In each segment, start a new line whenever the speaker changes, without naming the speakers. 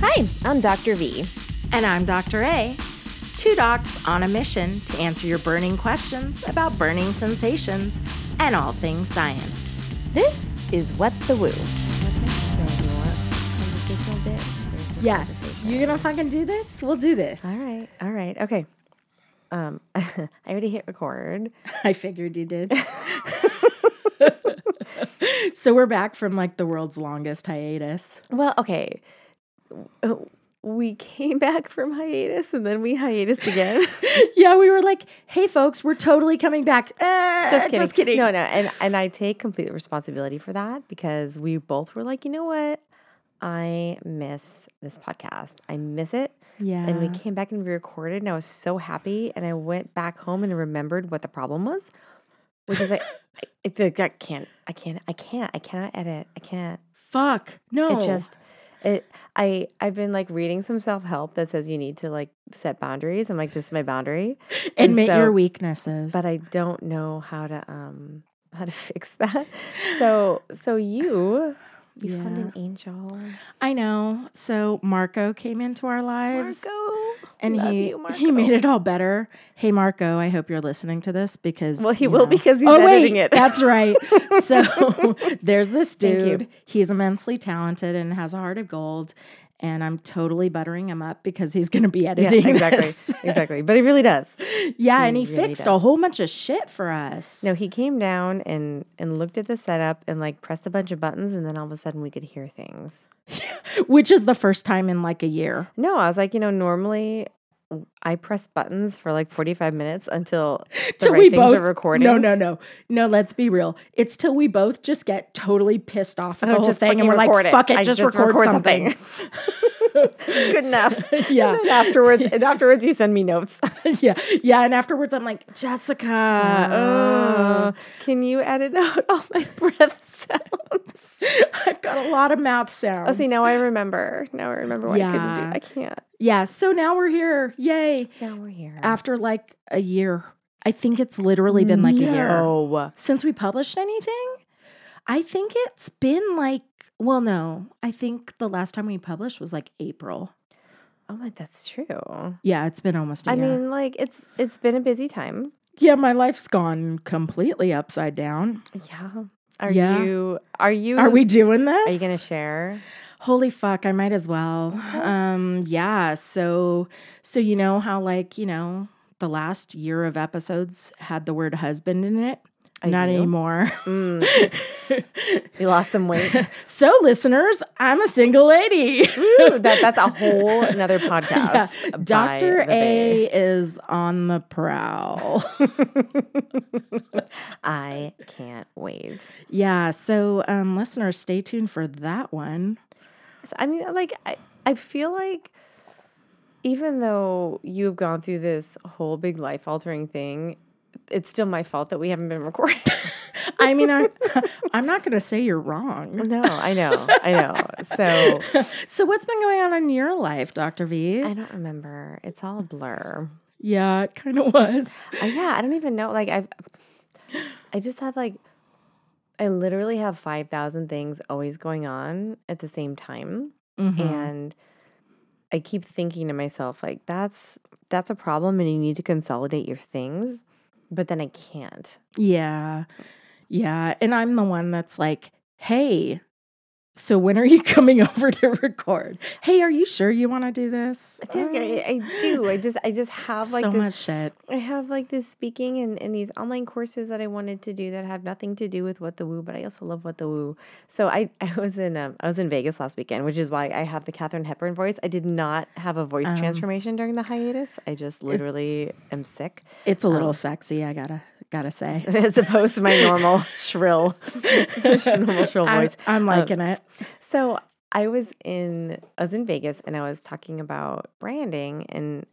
Hi, I'm Dr. V.
And I'm Dr. A. Two docs on a mission to answer your burning questions about burning sensations and all things science.
This is What the Woo.
Conversational bit. Where's my
Yeah.
conversation?
You're going to fucking do this? We'll do this.
All right. All right. Okay. Um, I already hit record.
I figured you did. so we're back from like the world's longest hiatus.
Well, okay. W- We came back from hiatus and then we hiatus again.
Yeah, we were like, hey, folks, we're totally coming back. Eh,
Uh, just kidding. No, no. And and I take complete responsibility for that because we both were like, you know what? I miss this podcast. I miss it.
Yeah.
And we came back and we recorded and I was so happy. And I went back home and remembered what the problem was, which is like I- it, like, I can't, I can't, I can't, I cannot edit. I can't.
Fuck. No.
It just it I I've been like reading some self-help that says you need to like set boundaries. I'm like, this is my boundary. and
admit
so-
your weaknesses.
But I don't know how to um how to fix that. So so you you found an angel.
I know. So Marco came into our lives.
Marco.
And
Love
he
you,
he
Marco.
made it all better. Hey Marco, I hope you're listening to this because
Well, he
you
will because he's
oh,
editing it.
wait, that's right. So there's this
Thank you.
dude. He's immensely talented and has a heart of gold. And I'm totally buttering him up because he's going to be
Yeah,
editing this.
exactly. exactly. But he really does.
Yeah, and he
really
fixed a
does.
whole bunch of shit for us.
No, he came down and and looked at the setup and like pressed a bunch of buttons and then all of a sudden we could hear things.
which is the first time in like a year.
No, I was like, you know, normally I press buttons for like 45 minutes until the
till
right
we
things
both
are recording.
No, no, no, no. Let's be real. It's till we both just get totally pissed off at
Oh,
the whole
just
thing, and
fucking
we're like,
record it.
"Fuck it,
I
just,
just
record,
record
something."
Good enough.
Yeah.
And then afterwards, and afterwards you send me notes.
yeah, yeah. And afterwards, I'm like, Jessica,
Oh, can you edit out all my breath sounds?
oh, I've got a lot of mouth sounds.
Oh, see, now I remember. Now I remember why I couldn't do.
Yeah.
I can't.
yeah. So now we're here. Yay!
Now we're here.
After like a year, I think it's literally been like a year
No.
since we published anything. I think it's been like, well, no, I think the last time we published was like April.
Oh my, that's true.
Yeah, it's been almost a
I
year.
mean, like it's it's been a busy time.
Yeah, my life's gone completely upside down.
Yeah. Are
Yeah.
you? Are you?
Are we doing this?
Are you gonna share?
Holy fuck, I might as well.
Uh-huh.
Um yeah, so so you know how like, you know, the last year of episodes had the word husband in it? Not
do.
anymore.
Mm. You lost some weight.
so listeners, I'm a single lady.
Ooh, that that's a whole another podcast. by
Dr.
the bay.
A is on the prowl.
I can't wait.
yeah, so um listeners, stay tuned for that one.
So, I mean, like I, I feel like even though you've gone through this whole big life altering thing, it's still my fault that we haven't been recording.
I mean, I I'm not going to say you're wrong.
no, I know, I know. So
So what's been going on in your life, Dr. V?
I don't remember. It's all a blur.
yeah, it kind of was.
Uh, yeah, I don't even know. Like I've, I just have like, I literally have five thousand things always going on at the same time,
Mm-hmm.
and I keep thinking to myself like, that's that's a problem, and you need to consolidate your things, but then I can't.
Yeah. Yeah, and I'm the one that's like, "Hey, so when are you coming over to record? Hey, are you sure you want to do this?" "Oh,
I, do- I, I do. I just I just have like
so
this.
much shit.
I have like this speaking and, and these online courses that I wanted to do that have nothing to do with what the woo, but I also love what the woo. So I, I was in um, I was in Vegas last weekend, which is why I have the Katherine Hepburn voice. I did not have a
Oh.
voice transformation during the hiatus. I just literally am sick
It's a little sexy, I got to got to say.
as opposed to my normal shrill, normal shrill
I,
voice.
I'm liking it.
Um, So I was in I was in Vegas and I was talking about branding and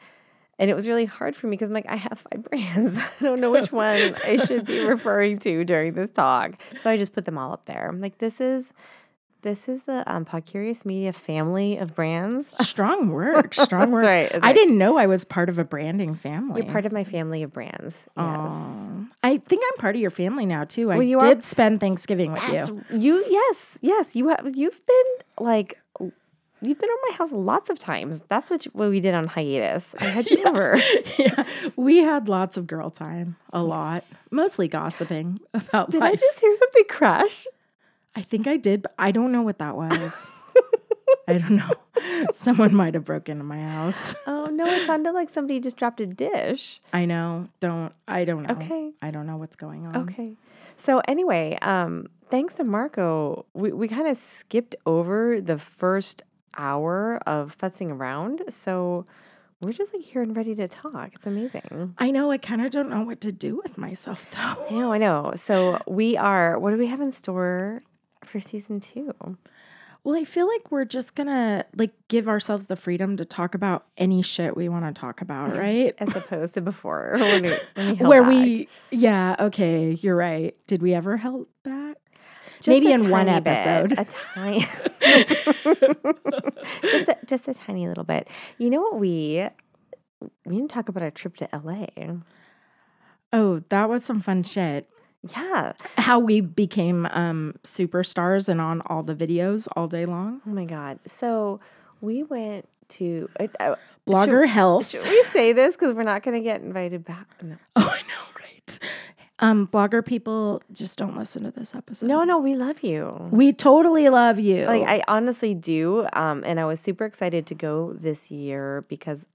and it was really hard for me because I'm like I have five brands. I don't know which one I should be referring to during this talk. So I just put them all up there. I'm like, this is this is the um, Podcurious Media family of brands.
Strong work, strong work.
right, that's
I
right.
didn't know I was part of a branding family.
You're part of my family of brands. Yes.
Aw. I think I'm part of your family now too. I
Well, you
did
are-
spend Thanksgiving with you.
That's- you yes, yes. You have you've been like You've been over my house lots of times. That's what, you, what we did on hiatus. I had you over.
yeah, we had lots of girl time, a lot, mostly gossiping about
Did I
life.
just hear something crash?
I think I did, but I don't know what that was. I don't know. Someone might have broken into my house.
Oh no, it sounded like somebody just dropped a dish.
I know. Don't. I don't know.
Okay. Mm-hmm.
I don't know what's going on.
Okay. So anyway, um, thanks to Marco, we, we kind of skipped over the first hour of futzing around. So we're just like here and ready to talk. It's amazing.
I know. I kind of don't know what to do with myself
I
though.
know, Oh, I know. So we are what do we have in store for season two?
Well, I feel like we're just gonna like give ourselves the freedom to talk about any shit we want to talk about, right?
As opposed to before. When we, when we held
Where
back.
we, yeah, okay, you're right. Did we ever held back?
Just
Maybe
a
in one
tiny bit,
episode.
a tiny just, a, just a tiny little bit. You know what we we didn't talk about our trip to LA.
Oh, that was some fun shit.
Yeah.
How we became um, superstars and on all the videos all day long.
Oh my God. So we went to. I, I,
Blogger health.
should we say this? Because we're not going to get invited back. No.
Oh, I know, right? Um, blogger people just don't listen to this episode. Oh,
no, no, we love you.
we totally love you.
Like, I honestly do. Um, and I was super excited to go this year because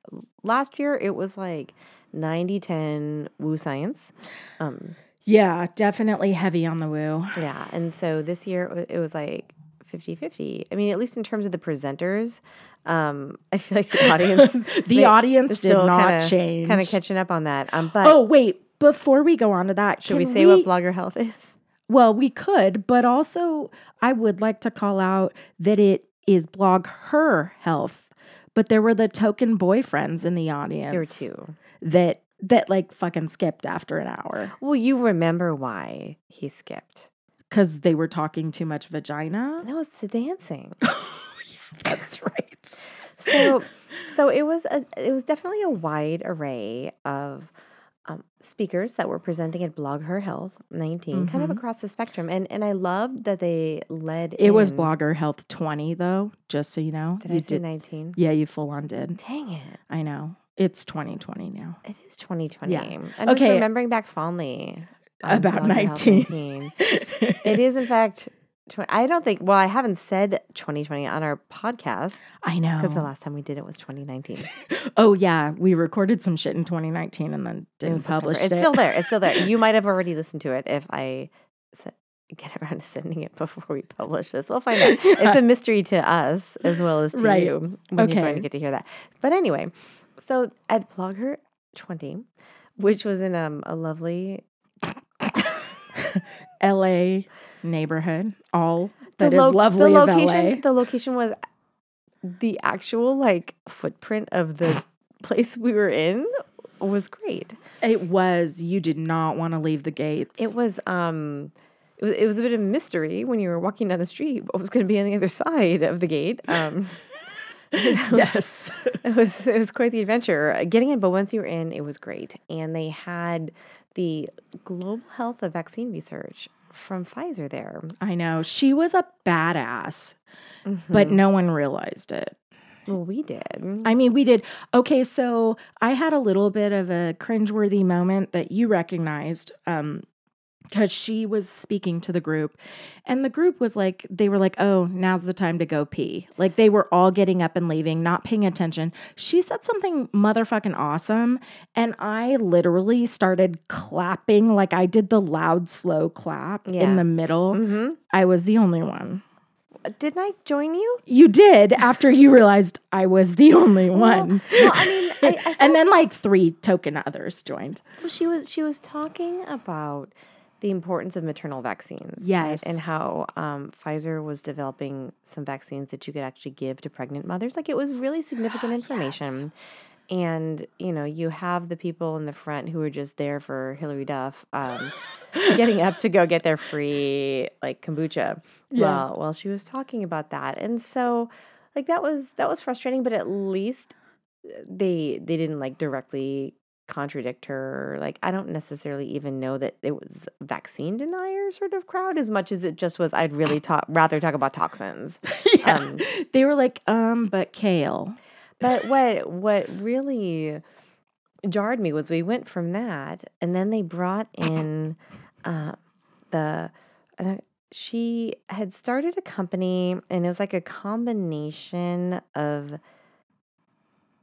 last year it was like 90 10 woo science.
yeah, definitely heavy on the woo.
Yeah. And so this year it wa- it was like 50 50. I mean, at least in terms of the presenters, um, I feel like the audience.
The audience did not change.
Kind of catching up on that. Um, but
Oh, wait. Before we go on to that,
should we say what Blogger Health is?
Well, we could, but also I would like to call out that it is blog her health, but there were the token boyfriends in the audience.
There were two.
that that like fucking skipped after an hour
Well, you remember why he skipped.
because they were talking too much vagina.
That was the dancing.
That's right.
So, so it was a it was definitely a wide array of um, speakers that were presenting at Blog Her Health 19, kind of across the spectrum. And and I loved that they led.
Mm-hmm. It was
in-
blogger health twenty though, just so you know.
Did
you
I say 19?
Yeah, you full on did.
Dang it!
I know. It's twenty twenty now.
It is 2020.
Yeah.
I'm just
Okay.
remembering back fondly on
About
Blog Her Health 19.
19.
it is in fact. 20, I don't think. Well, I haven't said 2020 on our podcast
I know.
because the last time we did it was 2019.
Oh yeah, we recorded some shit in 2019 and then didn't publish
September.
it.
It's still there. It's still there. You might have already listened to it if I se- get around to sending it before we publish this. We'll find out. It's a mystery to us as well as to
Right.
you when you're
Okay.
going to get to hear that. But anyway, so at Blogger 20, which was in um, a lovely,
LA neighborhood, all that is
lo-
lovely
the
of
location.
LA.
The location was the actual like footprint of the place we were in was great.
It was you did not want to leave the gates.
It was um it was, it was a bit of a mystery when you were walking down the street what was going to be on the other side of the gate. Um
yes.
it was it was quite the adventure uh, getting in, but once you were in, it was great. And they had the global health of vaccine research from Pfizer there.
I know. She was a badass, but
Mm-hmm.
no one realized it.
Well, we did.
I mean, we did. Okay, so I had a little bit of a cringeworthy moment that you recognized um because she was speaking to the group and the group was like they were like oh now's the time to go pee like they were all getting up and leaving not paying attention she said something motherfucking awesome and i literally started clapping like i did the loud slow clap
Yeah. Mm-hmm.
in the middle i was the only one
Uh, Didn't I join you?
you did after you realized i was the only one
Well, I mean, I, I felt
and then like three token others joined.
Well, she was she was talking about the importance of maternal vaccines,
Yes.
and how um, Pfizer was developing some vaccines that you could actually give to pregnant mothers. Like it was really significant information. And you know, you have the people in the front who are just there for Hillary Duff, um, getting up to go get their free like kombucha. Well, while she was talking about that, and so uh, like that was that was frustrating, but at least they they didn't like directly contradict her. Like, I don't necessarily even know that it was vaccine denier sort of crowd as much as it just was, I'd really talk, rather talk about toxins.
yeah.
Um,
they were like, um, but kale.
But what what really jarred me was we went from that, and then they brought in uh, the. and I- she had started a company, and it was like a combination of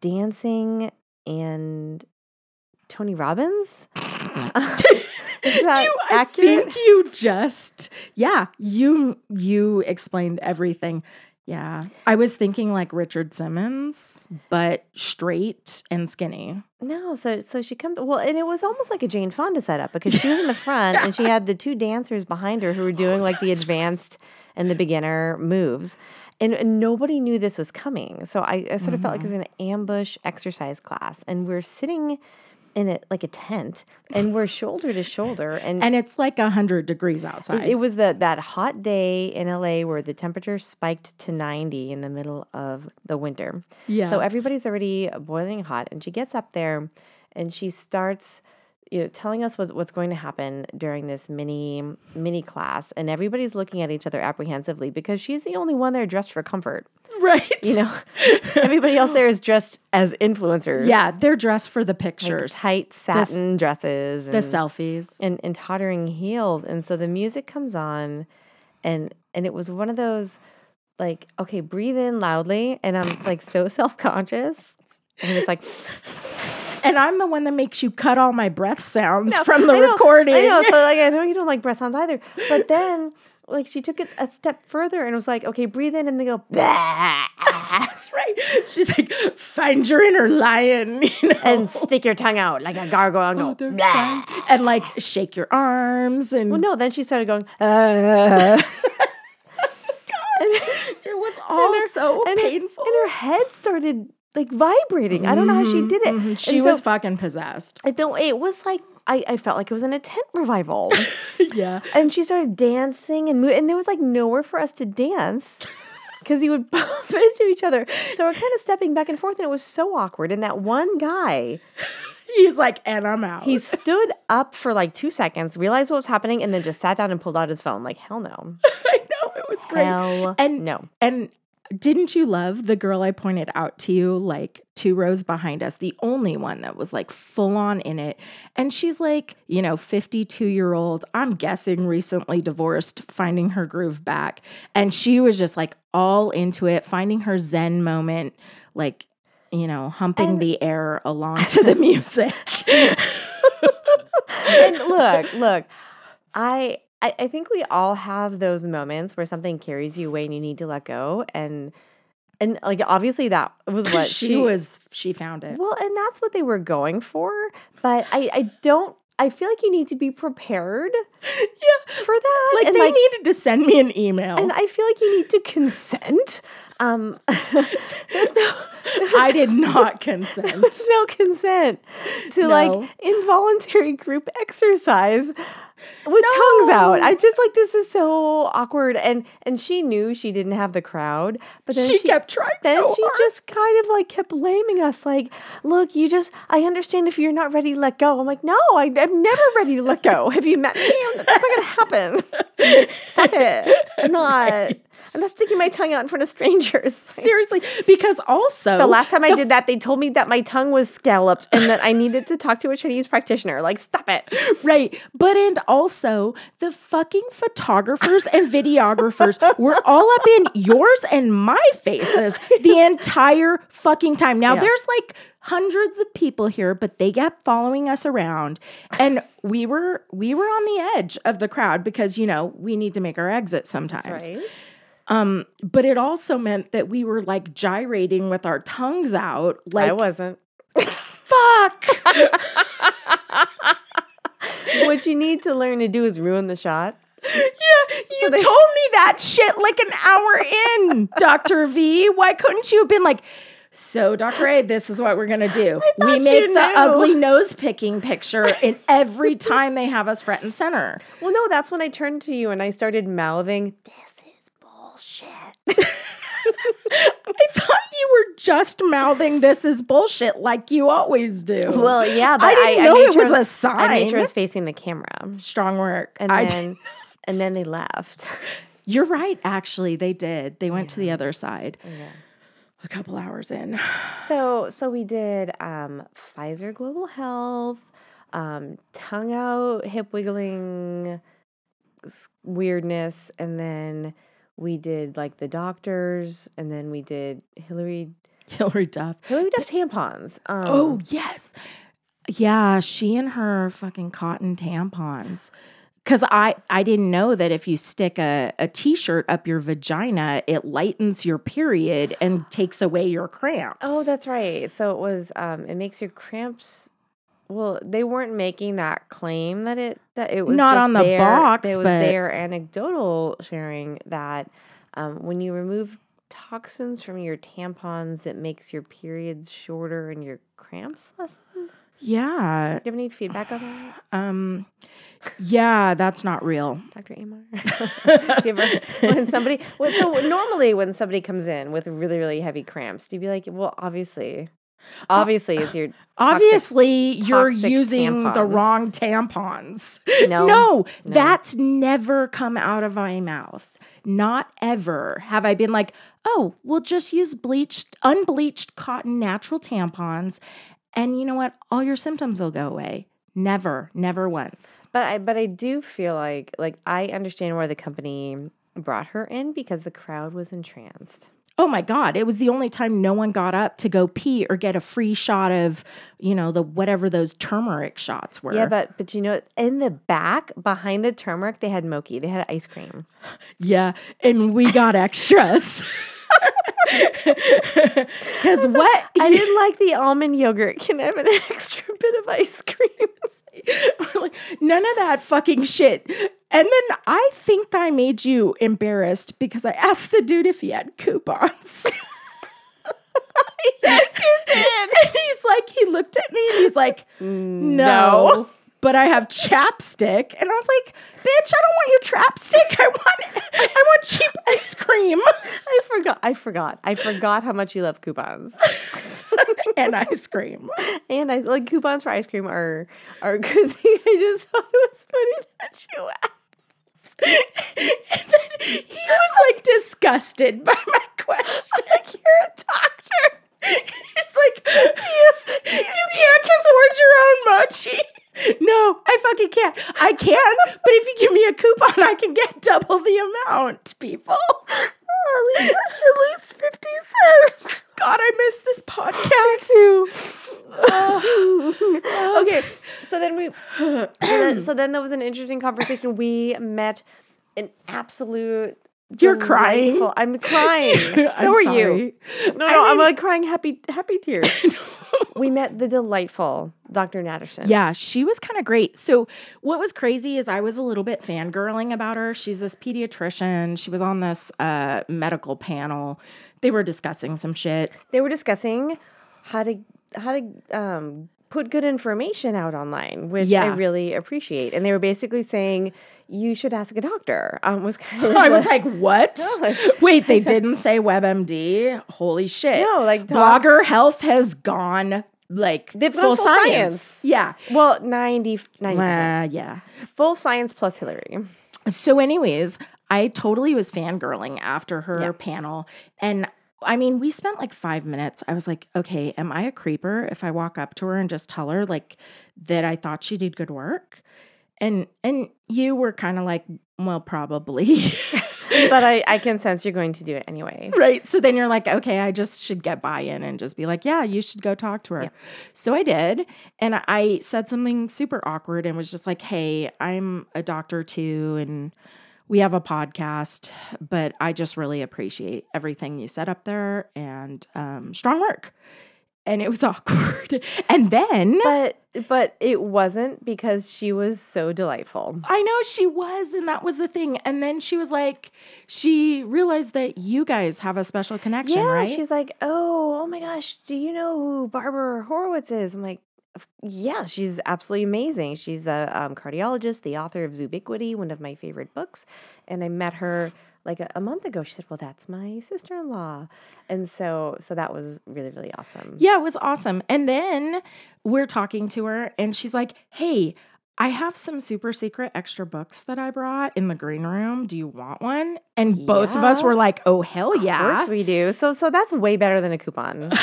dancing and Tony Robbins. Is that
you, I
accurate?
think you just, yeah, you you explained everything. Yeah, I was thinking like Richard Simmons, but straight and skinny.
No, so so she comes well, and it was almost like a Jane Fonda setup because she was in the front and she had the two dancers behind her who were doing like the advanced and the beginner moves, and, and nobody knew this was coming. So I, I sort of felt like it was an ambush exercise class, and we're sitting in it like a tent, and we're shoulder to shoulder, and,
And it's like 100 degrees outside.
it, it was the, that hot day in LA where the temperature spiked to 90 in the middle of the winter.
Yeah.
So everybody's already boiling hot. And she gets up there and she starts. You know, telling us what, what's going to happen during this mini mini class, and everybody's looking at each other apprehensively because she's the only one there dressed for comfort.
right.
You know, everybody else there is dressed as influencers.
yeah, they're dressed for the
like
pictures,
tight satin dresses.
the
and-
selfies.
and, and tottering heels. And so the music comes on and and it was one of those like, okay, breathe in loudly. And I'm just, like so self-conscious. And it's like
And I'm the one that makes you cut all my breath sounds from the
I know,
recording.
I know. So like I know you don't like breath sounds either. But then like she took it a step further and was like, okay, breathe in and they go, "Bah."
That's right. She's like, find your inner lion, you know.
and stick your tongue out like a gargoyle
Oh,
and go, "Bah."
and like shake your arms and
Well, Oh, no, then she started going, "Ah."
It was all so
and her-
painful. Mm-hmm.
and her head started like vibrating. I don't know how she did it. And
she was
so-
fucking possessed.
I don't. It was like I, I felt like it was in a tent revival,
yeah.
and she started dancing and moving, and there was like nowhere for us to dance. Because he would bump into each other. So we're kind of stepping back and forth, and it was so awkward. And that one guy,
He's like, and I'm out.
he stood up for like two seconds, realized what was happening, and then just sat down and pulled out his phone. Like, hell no.
I know it was great.
Hell
and
no.
And didn't you love the girl I pointed out to you, like two rows behind us, the only one that was like full on in it? And she's like, you know, 52 year old, I'm guessing recently divorced, finding her groove back. And she was just like all into it, finding her zen moment, like, you know, humping the air along to the music.
and look, look, I, I I think we all have those moments where something carries you away and you need to let go, and and like obviously that was what
she, was, she found it.
Well, and that's what they were going for, but I I don't. I feel like you need to be prepared for that.
Like
and
they
like,
needed to send me an email.
and I feel like you need to consent. Um, there's no
I did not consent.
there's no consent to
No.
like involuntary group exercise with tongues out. I just like this is so awkward and and she knew she didn't have the crowd, but then
She kept trying
Then
so
she
hard.
just kind of like kept blaming us like, "Look, you just I understand if you're not ready to let go." I'm like, "No, I, I'm never ready to let go. Have you met me? I'm- That's not going to happen. Stop it. I'm not. I'm not sticking my tongue out in front of strangers."
Seriously, because also
The last time I did that, they told me that my tongue was scalloped and that I needed to talk to a Chinese practitioner. Like, stop it.
right, but and also the fucking photographers and videographers were all up in yours and my faces the entire fucking time. Now there's like hundreds of people here, but they kept following us around, and we were we were on the edge of the crowd because you know we need to make our exit sometimes. But it also meant that we were like gyrating with our tongues out, like
I wasn't.
fuck.
what you need to learn to do is ruin the shot.
Yeah, you told me that shit like an hour in, Dr. V. Why couldn't you have been like, so, Dr. A, this is what we're going to do. We
you
make the
knew."
ugly nose picking picture in every time they have us front and center.
Well, no, that's when I turned to you and I started mouthing, This is bullshit.
I thought you were just mouthing this is bullshit like you always do.
Well, yeah, but
I didn't
I,
know
made
it
sure
was
I-
a sign.
I made sure I was facing the camera,
Strong work.
and
I
then and then they left.
You're right. Actually, they did. They went to the other side a couple hours in.
So so we did um, Pfizer Global Health, um, tongue out, hip wiggling s- weirdness, and then we did like the doctors, and then we did Hillary
Hillary Duff.
Hillary Duff tampons. Um,
Oh, yes. Yeah, she and her fucking cotton tampons. Cause I I didn't know that if you stick a, a t-shirt up your vagina, it lightens your period and takes away your cramps.
Oh, that's right. So it was. Um, it makes your cramps. Well, they weren't making that claim that it that it was
Not
just
on the
their-
box,
It was
but-
their anecdotal sharing that um, when you remove toxins from your tampons, it makes your periods shorter and your cramps less. Do you
yeah.
have any feedback on that,
Um yeah, that's not real.
Dr. Amar? do you ever when somebody? Well, so normally when somebody comes in with really really heavy cramps, do you be like, well, obviously,
Uh,
obviously, it's your toxic
Obviously, you're
toxic
using the
tampons.
wrong tampons.
No.
no, that's never come out of my mouth. Not ever have I been like, oh, we'll just use bleached, unbleached cotton natural tampons. And you know what? All your symptoms will go away. Never, never once.
But I but I do feel like like I understand why the company brought her in because the crowd was entranced.
Oh my God. It was the only time no one got up to go pee or get a free shot of, you know, the whatever those turmeric shots were.
Yeah, but but you know in the back behind the turmeric they had mochi, they had ice cream.
Yeah, and we got extras. Because what?
I didn't like the almond yogurt. Can I have an extra bit of ice cream?
Like, None of that fucking shit. And then I think I made you embarrassed because I asked the dude if he had coupons. yes, you did. And he's like, he looked at me and he's like, no.
no.
But I have chapstick, and I was like, "Bitch, I don't want your chapstick. I want, I want cheap ice cream."
I forgot. I forgot. I forgot how much you love coupons.
and ice cream.
And I like coupons for ice cream are are a good thing. I just thought it was funny that you asked.
and then he was like disgusted by my question. Like you're a doctor. He's like, you, you can't afford your own mochi. No, I fucking can't. I can, but if you give me a coupon, I can get double the amount, people. at, least, at least 50 cents. God, I miss this podcast.
okay. So then we, so then, so then there was an interesting conversation. We met an absolute.
You're crying.
delightful- I'm crying. so
I'm
are you?
sorry.
No, no, I'm like crying happy, happy tears. we met the delightful Dr. Natterson.
Yeah, she was kind of great. So, what was crazy is I was a little bit fangirling about her. She's this pediatrician. She was on this uh, medical panel. They were discussing some shit.
They were discussing how to how to um, put good information out online, which I
Yeah.
really appreciate. And they were basically saying you should ask a doctor. Um, was kind of
I was
the-
like, what? Wait, they didn't say WebMD? Holy shit.
No, like, Tom-
blogger health has gone like
They've gone
full,
full
science.
science.
Yeah.
well 90 percent
Uh, yeah.
full science plus Hillary.
So, anyways, I totally was fangirling after her panel. And I mean, we spent like five minutes. I was like, okay, am I a creeper if I walk up to her and just tell her like that I thought she did good work? And and you were kind of like, well, probably.
but I, I can sense you're going to do it anyway.
right. So then you're like, okay, I just should get buy-in and just be like, yeah, you should go talk to her. So I did. And I said something super awkward and was just like, hey, I'm a doctor too. And we have a podcast, but I just really appreciate everything you said up there and um, strong work. And it was awkward. And then
But but it wasn't because she was so delightful.
I know she was, and that was the thing. And then she was like, she realized that you guys have a special connection,
yeah,
right?
she's like, oh, oh my gosh, do you know who Barbara Horowitz is? I'm like, "Of- yeah, she's absolutely amazing. She's the um, cardiologist, the author of Zubiquity, one of my favorite books, and I met her like a, a month ago. She said, "Well, that's my sister in law," and so so that was really really awesome.
Yeah, it was awesome. And then we're talking to her, and she's like, Hey, I have some super secret extra books that I brought in the green room. Do you want one? And both of us
Yeah.
were like, Oh, hell
Of
yeah.
course we do. So so that's way better than a coupon.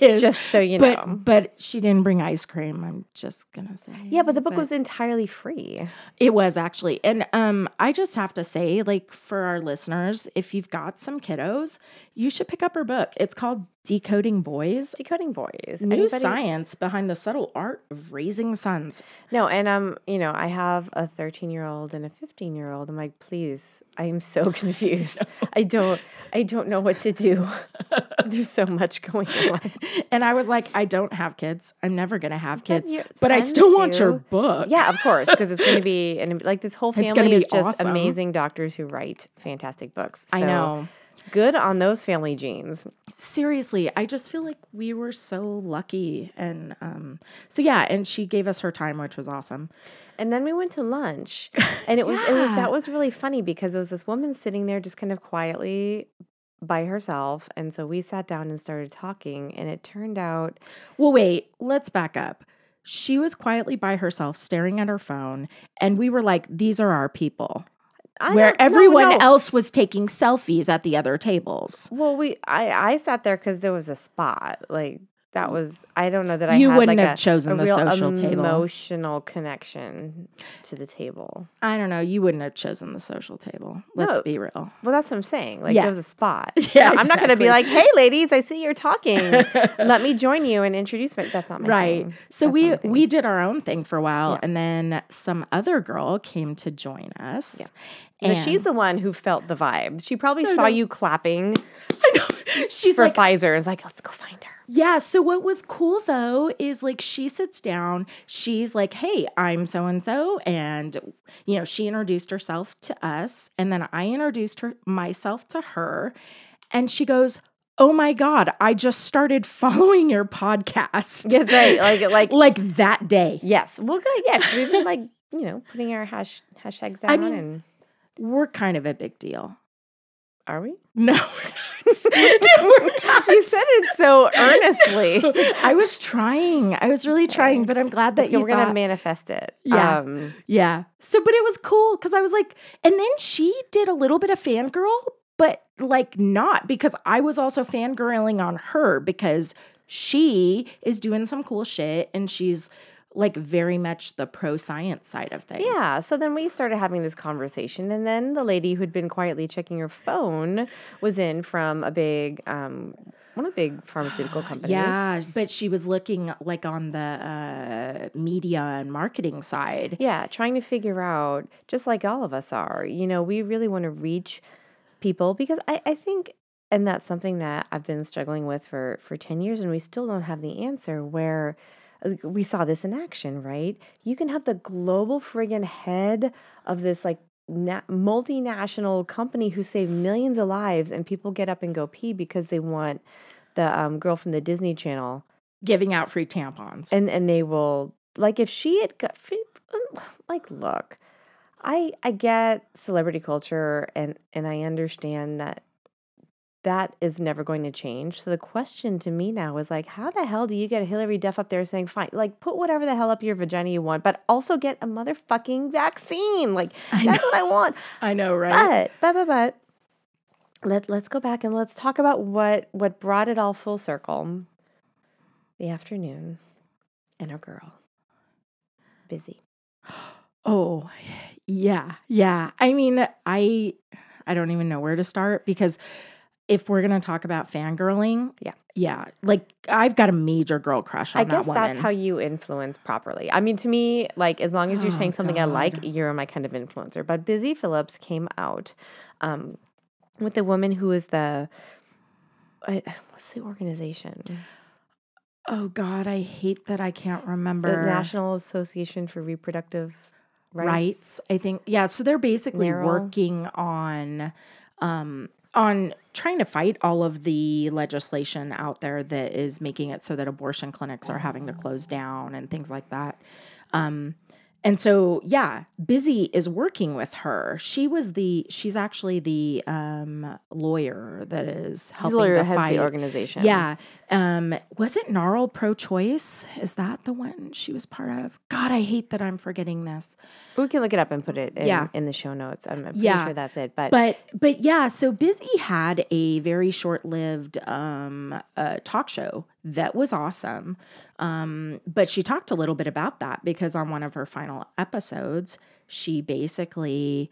It is.
just so you know.
but, but she didn't bring ice cream. I'm just going to say.
yeah, but the book was entirely free.
It was actually. And um I just have to say like for our listeners, if you've got some kiddos, you should pick up her book. It's called Decoding Boys.
Decoding boys.
New
Anybody-
science behind the subtle art of raising sons.
No, and um, you know, I have a 13 year old and a 15 year old. I'm like, please, I am so confused. I don't, I don't know what to do. There's so much going on.
And I was like, I don't have kids. I'm never going to have kids,
your
but I
friends
still want your
do.
book.
Yeah, of course, because it's going to be, and like this whole
gonna
family
be
is just
awesome.
amazing doctors who write fantastic books.
I
So,
know.
Good on those family genes.
Seriously, I just feel like we were so lucky. And um, so, yeah, and she gave us her time, which was awesome.
And then we went to lunch, and it was, it was that was really funny because there was this woman sitting there just kind of quietly by herself, and so we sat down and started talking, and it turned out
Well, wait, let's back up. She was quietly by herself staring at her phone, and we were like, these are our people.
I
Where
don't- no,
everyone
no.
else was taking selfies at the other tables.
Well, we I I sat there because there was a spot like that was I don't know that I
You
had,
wouldn't
like,
have
a-
chosen
a
the
real
social table.
emotional connection to the table.
I don't know. You wouldn't have chosen the social table. Let's
No.
be real.
Well, that's what I'm saying. Like
Yeah.
there was a spot.
Yeah,
No, I'm not going to
exactly.
be like, hey, ladies, I see you're talking. Let me join you and introduce me. That's not my
right
thing. Oh, That's
so
not
we
my thing.
we did our own thing for a while and then some other girl came to join us yeah
But
and
she's the one who felt the vibe. She probably saw you clapping
she's
for
like
Pfizer. and was like, uh, let's go find her.
yeah so what was cool though is like she sits down she's like hey i'm so and so and you know she introduced herself to us and then i introduced her myself to her and she goes oh my god i just started following your podcast
That's right. Like like
like that day
Yes. Well, good. Yeah, 'cause we've been like you know putting our hash hashtags down.
I mean-
and
we're kind of a big deal
are we?
No, we're not. No, we're not.
You said it so earnestly. So
I was trying. I was really trying, but I'm glad that you
we're
thought.
gonna manifest it.
Yeah.
Um,
yeah. So, but it was cool because I was like, and then she did a little bit of fangirl, but like not because I was also fangirling on her because she is doing some cool shit and she's like very much the pro science side of things.
yeah. So then we started having this conversation, and then the lady who'd been quietly checking her phone was in from a big um, one of the big pharmaceutical companies.
Yeah, but she was looking like on the uh, media and marketing side.
Yeah, trying to figure out, just like all of us are, you know, we really want to reach people because I, I think, and that's something that I've been struggling with for, for 10 years, and we still don't have the answer where like, we saw this in action, right? You can have the global friggin' head of this like na- multinational company who saved millions of lives, and people get up and go pee because they want the um, girl from the Disney Channel
giving out free tampons.
and and they will like if she had got like look i i get celebrity culture and and i understand that that is never going to change so the question to me now is like how the hell do you get hillary duff up there saying fine like put whatever the hell up your vagina you want but also get a motherfucking vaccine like that's what i want
I know, right?
but but but but let let's go back and let's talk about what what brought it all full circle. The afternoon and our girl. Busy.
oh, yeah, yeah. I mean, I I don't even know where to start because if we're gonna talk about fangirling,
Yeah.
yeah, like I've got a major girl crush on
I guess
that woman.
that's how you influence properly. I mean, to me, like as long as you're
Oh,
saying something I like,
God.
you're my kind of influencer. But Busy Phillips came out um, with the woman who is the I, what's the organization?
oh God, I hate that I can't
The
remember
National Association for Reproductive Rights.
rights. I think yeah. So they're basically
Narrow.
working on um on trying to fight all of the legislation out there that is making it so that abortion clinics are having to close down and things like that. Um And so, yeah, Busy is working with her. She was the she's actually the um lawyer that is
The
helping
lawyer
to
heads
fight.
the organization.
yeah. Um was it Gnarl Pro Choice? Is that the one she was part of? God, I hate that I'm forgetting this.
But we can look it up and put it in,
Yeah.
in the show notes. I'm I'm pretty
Yeah.
sure that's it. But,
But but yeah, so Busy had a very short-lived um, uh, talk show that was awesome. Um, but she talked a little bit about that because on one of her final episodes, she basically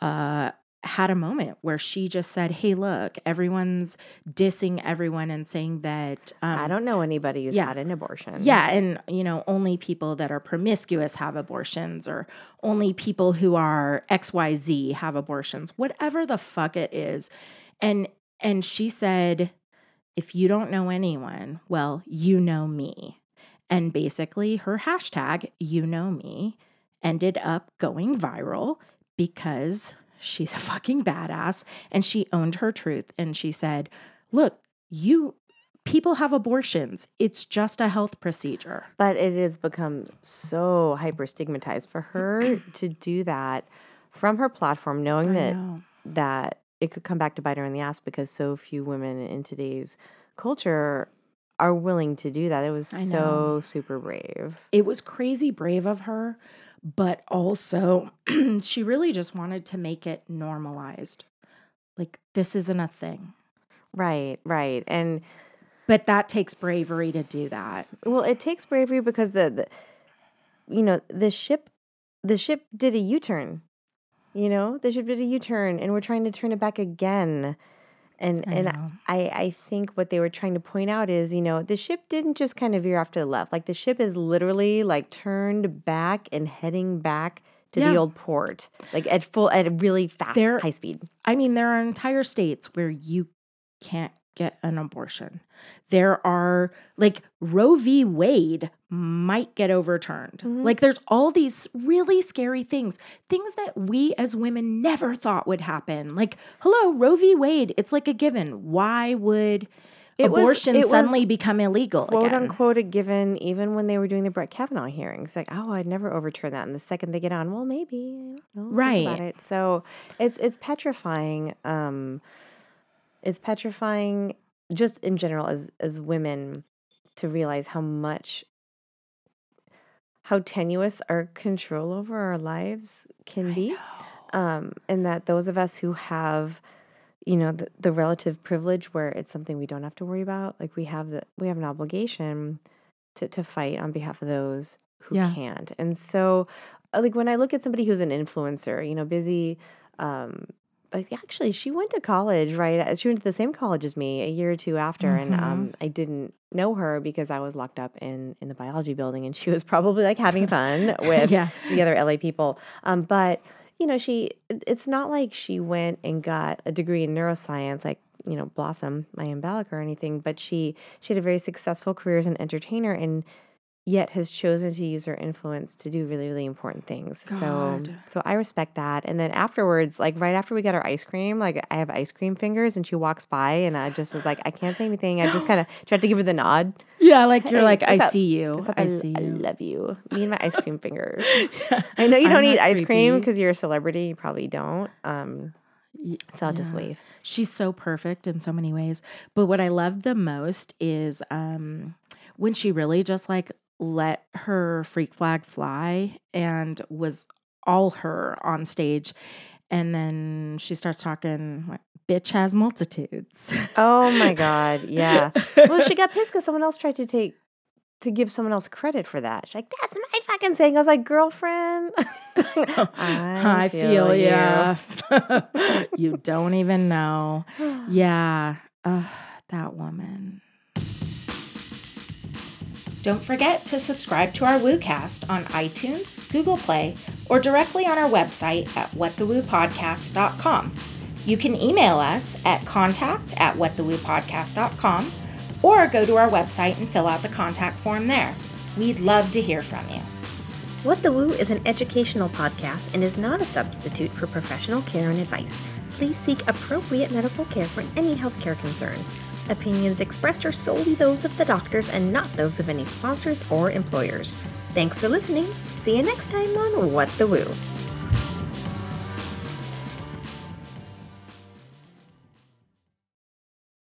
uh, had a moment where she just said, "Hey, look, everyone's dissing everyone and saying that um,
I don't know anybody who's
yeah.
had an abortion.
yeah, and you know, only people that are promiscuous have abortions, or only people who are XYZ have abortions, whatever the fuck it is. And and she said, if you don't know anyone, well, you know me. And basically her hashtag, you know me, ended up going viral because she's a fucking badass and she owned her truth and she said, look, you people have abortions. It's just a health procedure.
But it has become so hyper stigmatized for her to do that from her platform, knowing that
know.
that it could come back to bite her in the ass because so few women in today's culture are willing to do that. It was
I
so super brave.
It was crazy brave of her, but also she really just wanted to make it normalized. Like this isn't a thing.
Right, right. And
But that takes bravery to do that.
well, it takes bravery because the, the you know, the ship the ship did a U-turn. You know, the ship did a U-turn and we're trying to turn it back again. And
I
and
know.
I, I think what they were trying to point out is, you know, the ship didn't just kind of veer off to the left. Like the ship is literally like turned back and heading back to
Yeah.
the old port, like at full, at a really fast,
There-
high speed.
I mean, there are entire states where you can't get an abortion. There are like Roe v. Wade might get overturned.
Mm-hmm.
Like there's all these really scary things, things that we as women never thought would happen. Like, hello, Roe v. Wade, it's like a given. Why would
It was-
abortion
it was
suddenly become illegal
Quote
again?
unquote, a given, even when they were doing the Brett Kavanaugh hearings, like, oh, I'd never overturn that. And the second they get on, well, maybe, I don't know, think about
Right.
it. So it's it's petrifying. Um, it's petrifying, just in general, as as women, to realize how much how tenuous our control over our lives can be um, and that those of us who have you know the, the relative privilege where it's something we don't have to worry about like we have the we have an obligation to, to fight on behalf of those who
Yeah.
can't and so uh, like when i look at somebody who's an influencer you know busy um like actually she went to college right uh, she went to the same college as me a year or two after and um i didn't know her because i was locked up in in the biology building and she was probably like having fun with
Yeah.
the other LA people. Um, but you know, she it- it's not like she went and got a degree in neuroscience, like you know, Blossom, my Balak or anything. But she she had a very successful career as an entertainer, and yet has chosen to use her influence to do really really important things. So
God.
so I respect that. And then afterwards, like right after we got our ice cream, like I have ice cream fingers, and she walks by, and I just was like, I can't say anything. I just kind of tried to give her the nod.
Yeah, like you're
Hey,
like, I
what's up?
see you.
What's up?
Oh, I
l-
see
I
you.
love you. Me and my ice cream fingers. I know you don't
I'm
eat
not
ice cream
creepy.
because you're a celebrity. You probably don't. Um, so I'll just wave.
She's so perfect in so many ways. But what I loved the most is um, when she really just like let her freak flag fly and was all her on stage. And then she starts talking, like, bitch has multitudes.
Oh my god. Yeah. well, she got pissed because someone else tried to take to give someone else credit for that. She's like, "That's my fucking saying." I was like, "Girlfriend." I,
I feel ya. you. don't even know. Yeah. Ugh, that woman. Don't forget to subscribe to our WooCast on iTunes, Google Play, or directly on our website at whatthewoopodcast.com. You can email us at contact at whatthewoopodcast.com or go to our website and fill out the contact form there. We'd love to hear from you.
What the Woo is an educational podcast and is not a substitute for professional care and advice. Please seek appropriate medical care for any healthcare concerns. Opinions expressed are solely those of the doctors and not those of any sponsors or employers. Thanks for listening.
See you next time on What the Woo.